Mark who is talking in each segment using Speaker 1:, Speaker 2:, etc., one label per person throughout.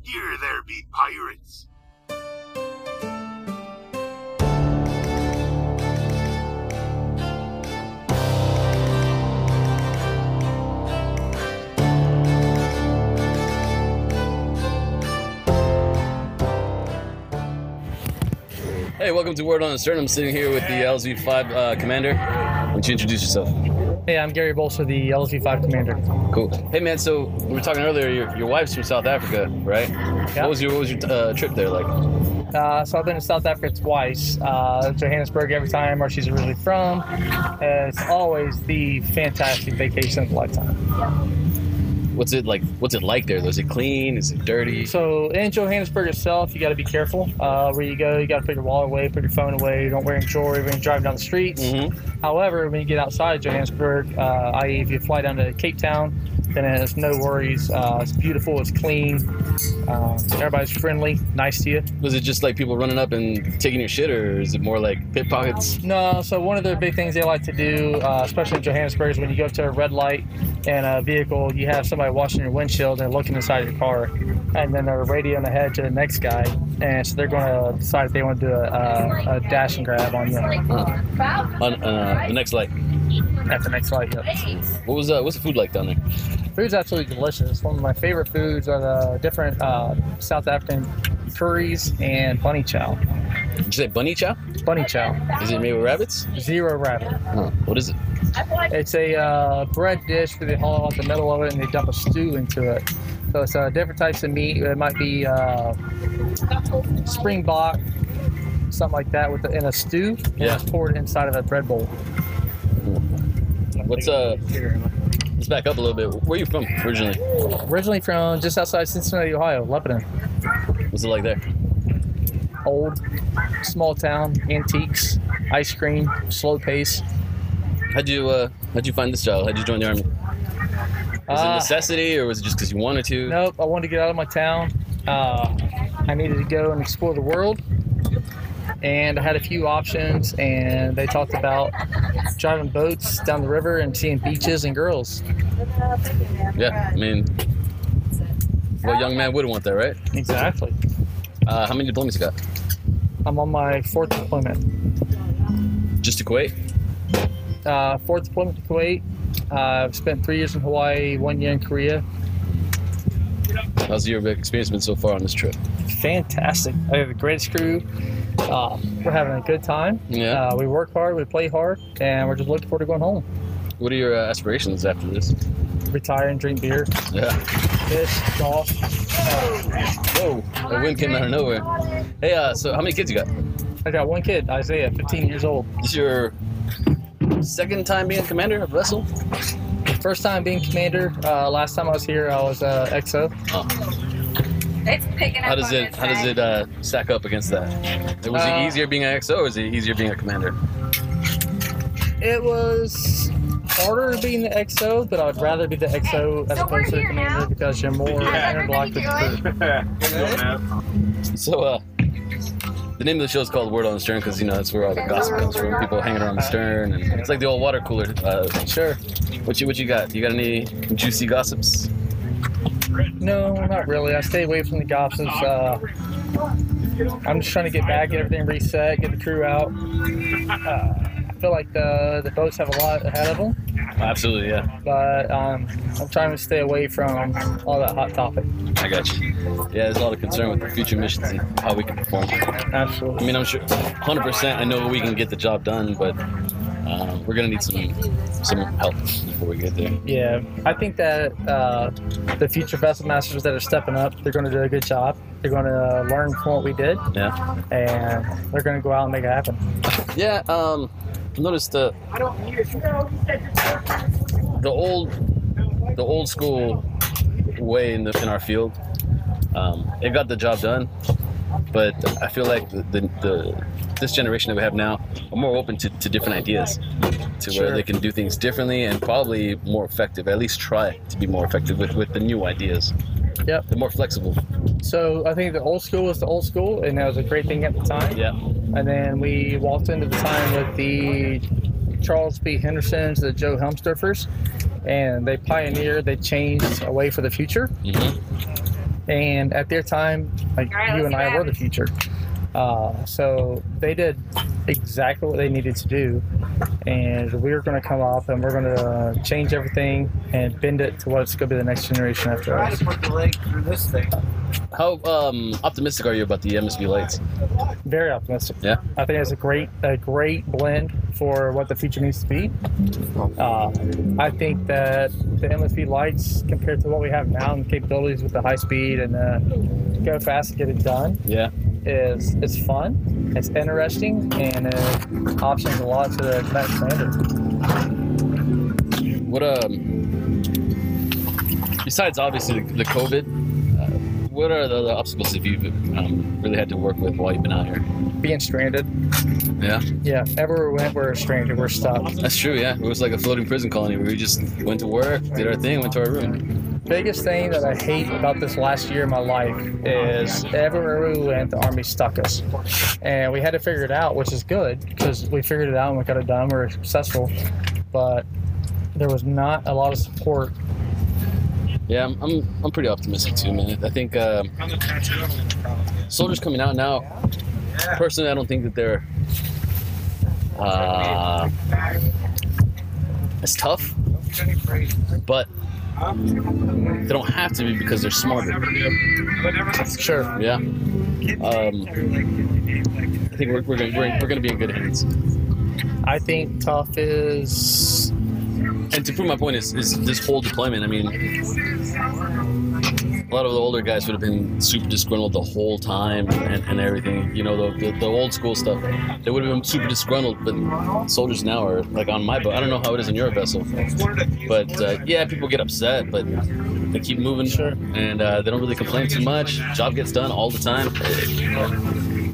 Speaker 1: Here there be pirates.
Speaker 2: Hey, welcome to Word on the Stern. I'm sitting here with the LZ5 uh, commander. Why don't you introduce yourself?
Speaker 3: Hey, I'm Gary Bolser, the LSV5 commander.
Speaker 2: Cool. Hey, man. So we were talking earlier. Your, your wife's from South Africa, right? What was your What was your uh, trip there like?
Speaker 3: Uh, so I've been to South Africa twice, uh, Johannesburg every time, where she's originally from. Uh, it's always the fantastic vacation of a lifetime.
Speaker 2: What's it like? What's it like there? though? Is it clean? Is it dirty?
Speaker 3: So in Johannesburg itself, you got to be careful uh, where you go. You got to put your wallet away, put your phone away. Don't wear jewelry when you drive down the streets.
Speaker 2: Mhm.
Speaker 3: However, when you get outside Johannesburg, uh, i.e., if you fly down to Cape Town, then it's no worries. Uh, it's beautiful. It's clean. Uh, everybody's friendly, nice to you.
Speaker 2: Was it just like people running up and taking your shit, or is it more like pickpockets?
Speaker 3: No, so one of the big things they like to do, uh, especially in Johannesburg, is when you go up to a red light and a vehicle, you have somebody watching your windshield and looking inside your car, and then they're radioing ahead to the next guy, and so they're going to decide if they want to do a, um, a, a dash and grab on you at
Speaker 2: On uh, the next light.
Speaker 3: the next light. Yep.
Speaker 2: What was uh, What's the food like down there?
Speaker 3: Food's absolutely delicious. One of my favorite foods are the different uh, South African curries and bunny chow.
Speaker 2: Did you say bunny chow?
Speaker 3: Bunny chow,
Speaker 2: Is it made with rabbits?
Speaker 3: zero rabbit.
Speaker 2: Huh. What is it?
Speaker 3: It's a uh, bread dish where they hollow out the middle of it and they dump a stew into it. So it's uh, different types of meat. It might be uh, springbok, something like that, with the, in a stew. And
Speaker 2: Yeah.
Speaker 3: It's poured inside of a bread bowl.
Speaker 2: What's, uh, Let's back up a little bit. Where are you from originally?
Speaker 3: Originally from just outside Cincinnati, Ohio, Lebanon.
Speaker 2: What's it like there?
Speaker 3: Old, small town, antiques, ice cream, slow pace.
Speaker 2: How'd you uh, How'd you find this job? How'd you join the army? Was it a
Speaker 3: Ah.
Speaker 2: necessity or was it just because you wanted to?
Speaker 3: Nope, I wanted to get out of my town. Uh, I needed to go and explore the world. And I had a few options, and they talked about driving boats down the river and seeing beaches and girls.
Speaker 2: Yeah, I mean, what young man wouldn't want that, right?
Speaker 3: Exactly.
Speaker 2: Uh, how many diplomas you got?
Speaker 3: I'm on my fourth deployment.
Speaker 2: Just to Kuwait?
Speaker 3: Uh, fourth deployment to Kuwait. Uh, I've spent three years in Hawaii, one year in Korea.
Speaker 2: How's your experience been so far on this trip?
Speaker 3: Fantastic. I have the greatest crew. Uh, we're having a good time.
Speaker 2: Yeah.
Speaker 3: Uh, we work hard, we play hard, and we're just looking forward to going home.
Speaker 2: What are your uh, aspirations after this?
Speaker 3: Retire and drink beer,
Speaker 2: Yeah.
Speaker 3: fish, golf.
Speaker 2: Whoa, the wind came out of nowhere. Hey, uh, so how many kids you got?
Speaker 3: I got one kid, Isaiah, 15 years old.
Speaker 2: This is your second time being commander of vessel?
Speaker 3: First time being commander. Uh, last time I was here, I was uh, XO.
Speaker 4: It's picking up
Speaker 2: How does
Speaker 4: on
Speaker 2: it
Speaker 4: this
Speaker 2: How does
Speaker 4: side.
Speaker 2: it uh, stack up against that? Was
Speaker 3: Uh,
Speaker 2: it easier being an XO or is it easier being a commander?
Speaker 3: It was harder being the XO, but I'd rather be the XO as
Speaker 4: so we're
Speaker 3: opposed to the
Speaker 4: here
Speaker 3: commander
Speaker 4: now.
Speaker 3: because you're more
Speaker 4: How's
Speaker 3: interlocked
Speaker 4: everybody
Speaker 3: with the
Speaker 4: doing?
Speaker 3: crew.
Speaker 2: So, uh, the name of the show is called Word on the Stern because, you know, that's where all the gossip comes from. People hanging around the stern. and It's like the old water cooler. Uh,
Speaker 3: Sure.
Speaker 2: what you what you got? You got any juicy gossips?
Speaker 3: No, not really. I stay away from the gossips. Uh, I'm just trying to get back, get everything reset, get the crew out. Uh, I feel like the the boats have a lot ahead of them,
Speaker 2: Absolutely, yeah.
Speaker 3: but um, I'm trying to stay away from all that hot topic.
Speaker 2: I got you. Yeah, there's a lot of concern with the future missions and how we can perform.
Speaker 3: Absolutely.
Speaker 2: I mean, I'm sure 100% I know we can get the job done, but um, we're going to need some some help before we get there.
Speaker 3: Yeah, I think that uh, the future vessel masters that are stepping up, they're going to do a good job. They're going to learn from what we did,
Speaker 2: Yeah.
Speaker 3: and they're going to go out and make it happen.
Speaker 2: Yeah, um, I noticed the, the old the old school way in, the, in our field. Um, it got the job done, but I feel like the, the, the this generation that we have now are more open to, to different ideas, to where
Speaker 3: Sure.
Speaker 2: they can do things differently and probably more effective. At least try to be more effective with, with the new ideas.
Speaker 3: Yep.
Speaker 2: They're more flexible.
Speaker 3: So I think the old school was the old school, and that was a great thing at the time.
Speaker 2: Yeah.
Speaker 3: And then we walked into the time with the Charles B. Hendersons, the Joe Helmsdorfers, and they pioneered, they changed a way for the future.
Speaker 2: Mhm.
Speaker 3: and at their time, like
Speaker 4: All right,
Speaker 3: you
Speaker 4: let's
Speaker 3: and
Speaker 4: see
Speaker 3: I
Speaker 4: what
Speaker 3: were the future. Uh, so they did exactly what they needed to do, and we're going to come off and we're going to uh, change everything and bend it to what's going to be the next generation after
Speaker 5: Try
Speaker 3: us.
Speaker 5: to put the leg through this thing.
Speaker 2: How um, optimistic are you about the MSV lights?
Speaker 3: Very optimistic.
Speaker 2: Yeah.
Speaker 3: I think it's a great a great blend for what the future needs to be. Uh, I think that the MSV lights compared to what we have now and capabilities with the high speed and uh, go fast and get it done
Speaker 2: Yeah.
Speaker 3: is it's fun, it's interesting, and it options a lot to the Mac standard.
Speaker 2: What um? Besides obviously the COVID, uh, what are the other obstacles that you've um, really had to work with while you've been out here?
Speaker 3: Being stranded,
Speaker 2: Yeah,
Speaker 3: yeah, everywhere we went, we're stranded, we're stuck.
Speaker 2: that's true. Yeah, it was like a floating prison colony where we just went to work, did our thing, went to our room.
Speaker 3: biggest thing that I hate about this last year of my life is everywhere we went, the army stuck us, and we had to figure it out, which is good because we figured it out and we got it done. We were successful, but there was not a lot of support.
Speaker 2: Yeah, I'm I'm, I'm pretty optimistic too, man. I think um, soldiers coming out now. Personally, I don't think that they're. Uh, it's tough, but they don't have to be because they're smarter.
Speaker 3: Sure,
Speaker 2: Yeah. Um, I think we're, we're, gonna, we're, we're gonna be in good hands.
Speaker 3: I think tough is
Speaker 2: And to prove my point is, is this whole deployment. I mean, a lot of the older guys would have been super disgruntled the whole time and, and everything. You know, the, the, the old school stuff. They would have been super disgruntled, but soldiers now are like on my boat. I don't know how it is in your vessel, but uh, yeah, people get upset, but they keep moving,
Speaker 3: Sure.
Speaker 2: and uh, they don't really complain too much. Job gets done all the time.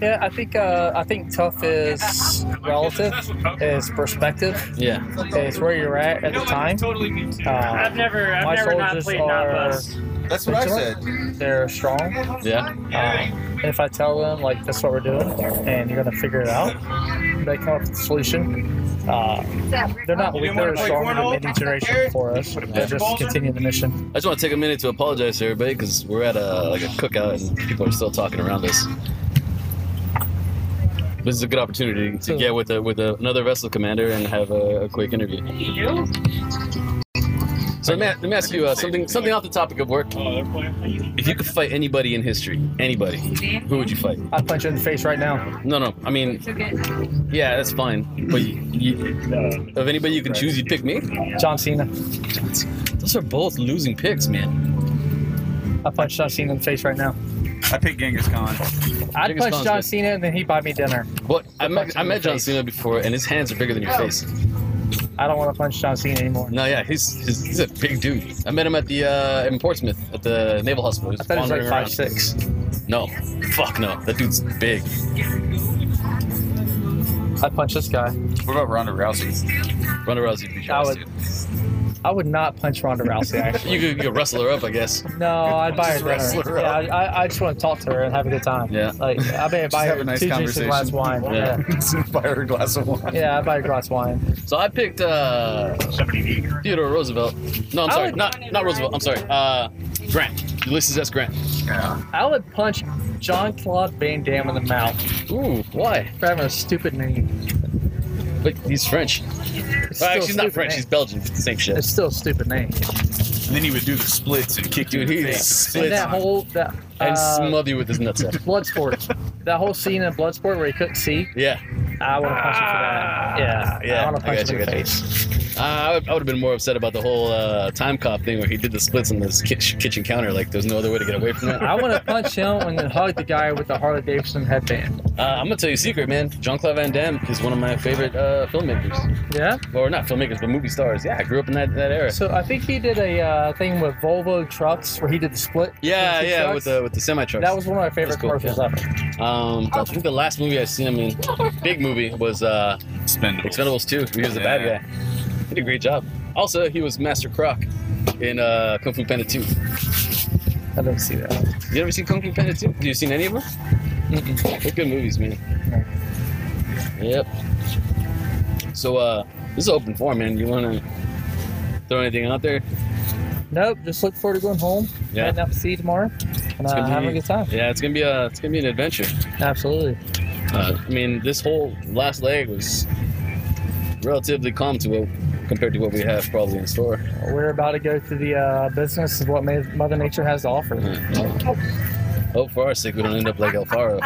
Speaker 3: yeah. I think uh, I think tough is relative, is perspective,
Speaker 2: Yeah.
Speaker 3: is where you're at at the time. Uh,
Speaker 6: I've never, I've
Speaker 3: My
Speaker 6: never not
Speaker 3: soldiers
Speaker 6: played
Speaker 3: are-
Speaker 6: non-bus.
Speaker 5: That's what I said.
Speaker 3: they're strong.
Speaker 2: Yeah.
Speaker 3: Um, if I tell them like that's what we're doing and you're gonna figure it out, they come up with a solution. Uh, they're not weak; they're stronger than any generation before us. They're just continuing the mission.
Speaker 2: I just want to take a minute to apologize to everybody because we're at a like a cookout and people are still talking around us. This is a good opportunity to get with a, with a, another vessel commander and have a, a quick interview. So let me, let me ask you uh, something something off the topic of work. If you could fight anybody in history, anybody, who would you fight?
Speaker 3: I punch you in the face right now.
Speaker 2: No, no. I mean, yeah, that's fine. But you, you, of anybody you can choose, you'd pick me.
Speaker 3: John Cena.
Speaker 2: Those are both losing picks, man.
Speaker 3: I punch John Cena in the face right now.
Speaker 7: I picked Genghis Khan.
Speaker 3: I'd
Speaker 2: Biggest
Speaker 3: punch
Speaker 2: cons,
Speaker 3: John
Speaker 2: dude.
Speaker 3: Cena and then he'd buy me dinner.
Speaker 2: What? I met, I met John
Speaker 3: Face.
Speaker 2: Cena before, and his hands are bigger than your face.
Speaker 3: I don't want to punch John Cena anymore.
Speaker 2: No, yeah, he's, he's he's a big dude. I met him at the uh, in Portsmouth at the Naval Hospital. He
Speaker 3: I thought he was like
Speaker 2: wandering
Speaker 3: five
Speaker 2: around.
Speaker 3: six.
Speaker 2: No, fuck no, that dude's big.
Speaker 3: I punch this guy.
Speaker 7: What about Ronda Rousey?
Speaker 2: Ronda Rousey beat
Speaker 3: I
Speaker 2: your ass,
Speaker 3: would-
Speaker 2: dude.
Speaker 3: I would not punch Ronda Rousey. Actually,
Speaker 2: You could, you could wrestle her up, I guess.
Speaker 3: no, I'd buy her
Speaker 7: wrestle
Speaker 3: dinner.
Speaker 7: her
Speaker 3: Yeah,
Speaker 7: up.
Speaker 3: I, I just want to talk to her and have a good time.
Speaker 2: Yeah.
Speaker 3: like I may buy
Speaker 7: have
Speaker 3: her
Speaker 7: a nice
Speaker 3: two drinks and a glass of wine.
Speaker 2: conversation.
Speaker 3: yeah.
Speaker 2: Yeah.
Speaker 7: Fire a glass of wine.
Speaker 3: Yeah, I buy a glass of wine.
Speaker 2: So I picked uh, Theodore Roosevelt. No, I'm
Speaker 3: I
Speaker 2: sorry,
Speaker 3: would-
Speaker 2: not not Roosevelt. I'm sorry, uh, Grant. Ulysses S. Grant.
Speaker 3: I would punch John Claude Van Damme in the mouth
Speaker 2: Ooh, why?
Speaker 3: for having a stupid name.
Speaker 2: But he's French.
Speaker 3: It's
Speaker 2: Well,
Speaker 3: still
Speaker 2: actually,
Speaker 3: a
Speaker 2: he's
Speaker 3: stupid
Speaker 2: not French.
Speaker 3: name.
Speaker 2: He's Belgian. Same shit.
Speaker 3: It's still a stupid name.
Speaker 7: And then he would do the splits and kick you in
Speaker 2: Dude,
Speaker 7: the
Speaker 2: he
Speaker 7: face.
Speaker 3: And
Speaker 2: splits
Speaker 3: that whole that
Speaker 2: and
Speaker 3: uh,
Speaker 2: smother you with his nutsack.
Speaker 3: Bloodsport, that whole scene in Bloodsport where he couldn't see,
Speaker 2: Yeah,
Speaker 3: I want to punch him for that. Yeah,
Speaker 2: Ah, yeah,
Speaker 3: I want
Speaker 2: I
Speaker 3: to punch
Speaker 2: gotcha,
Speaker 3: him in the
Speaker 2: gotcha.
Speaker 3: face.
Speaker 2: Uh, I would have been more upset about the whole uh, time cop thing where he did the splits on this kitchen, kitchen counter. Like, there's no other way to get away from that.
Speaker 3: I
Speaker 2: Uh,
Speaker 3: want to punch him and then hug the guy with the Harley Davidson headband.
Speaker 2: I'm gonna tell you a secret, man. Jean Claude Van Damme is one of my favorite uh, filmmakers,
Speaker 3: Yeah.
Speaker 2: or not filmmakers, but movie stars. Yeah, I grew up in that, that era.
Speaker 3: So I think he did a uh, thing with Volvo trucks where he did the split.
Speaker 2: Yeah,
Speaker 3: two
Speaker 2: yeah,
Speaker 3: trucks.
Speaker 2: with the with the semi trucks.
Speaker 3: That was one of my favorite
Speaker 2: That's cool,
Speaker 3: commercials ever.
Speaker 2: Um, I think the last movie I seen him in, big movie, was uh,
Speaker 7: Expendables.
Speaker 2: Expendables 2. He was the bad
Speaker 7: Yeah.
Speaker 2: guy. He did a great job. Also, he was Master Croc in uh, Kung Fu Panda 2.
Speaker 3: I didn't see that.
Speaker 2: You ever seen Kung Fu Panda 2? Have you seen any of them? They're good movies, man. Yep. So uh this is open form, man. You wanna throw anything out there?
Speaker 3: Nope. Just look forward to going home.
Speaker 2: Yeah.
Speaker 3: Heading out to sea tomorrow. and
Speaker 2: It's
Speaker 3: uh,
Speaker 2: gonna be-
Speaker 3: having a good time.
Speaker 2: Yeah, it's gonna be a it's gonna be an adventure.
Speaker 3: Absolutely.
Speaker 2: Uh, I mean, this whole last leg was relatively calm to what compared to what we have probably in store.
Speaker 3: We're about to go through the uh, business of what ma- Mother Nature has to
Speaker 2: Mm-hmm.
Speaker 3: offer.
Speaker 2: Hope for our sake we don't end up like El Faro.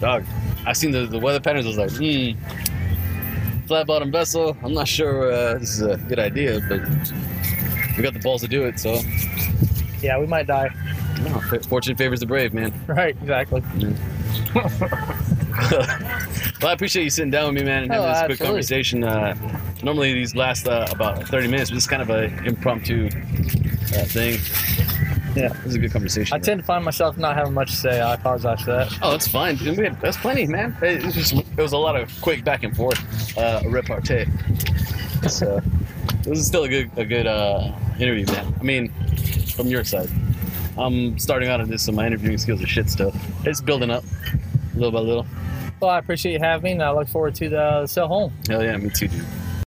Speaker 2: Dog, I seen the, the weather patterns. I was like, hmm, flat bottom vessel. I'm not sure uh, this is a good idea, but we got the balls to do it. So,
Speaker 3: Yeah, we might die.
Speaker 2: no, fortune favors the brave, man.
Speaker 3: Right, exactly.
Speaker 2: Well, I appreciate you sitting down with me, man, and having
Speaker 3: Oh,
Speaker 2: this
Speaker 3: absolutely.
Speaker 2: quick conversation. Uh, normally these last uh, about 30 minutes, but it's kind of a impromptu uh, thing.
Speaker 3: Yeah.
Speaker 2: it was a good conversation.
Speaker 3: I
Speaker 2: man.
Speaker 3: tend to find myself not having much to say. I apologize for that.
Speaker 2: Oh, that's fine. dude. We had- That's plenty, man. It was just it was a lot of quick back and forth, uh, repartee. So this is still a good a good uh, interview, man. I mean, from your side, I'm starting out on this, so my interviewing skills are shit stuff. It's building up, little by little.
Speaker 3: Well, I appreciate you having me, and I look forward to the sell home.
Speaker 2: Hell yeah, me too, dude.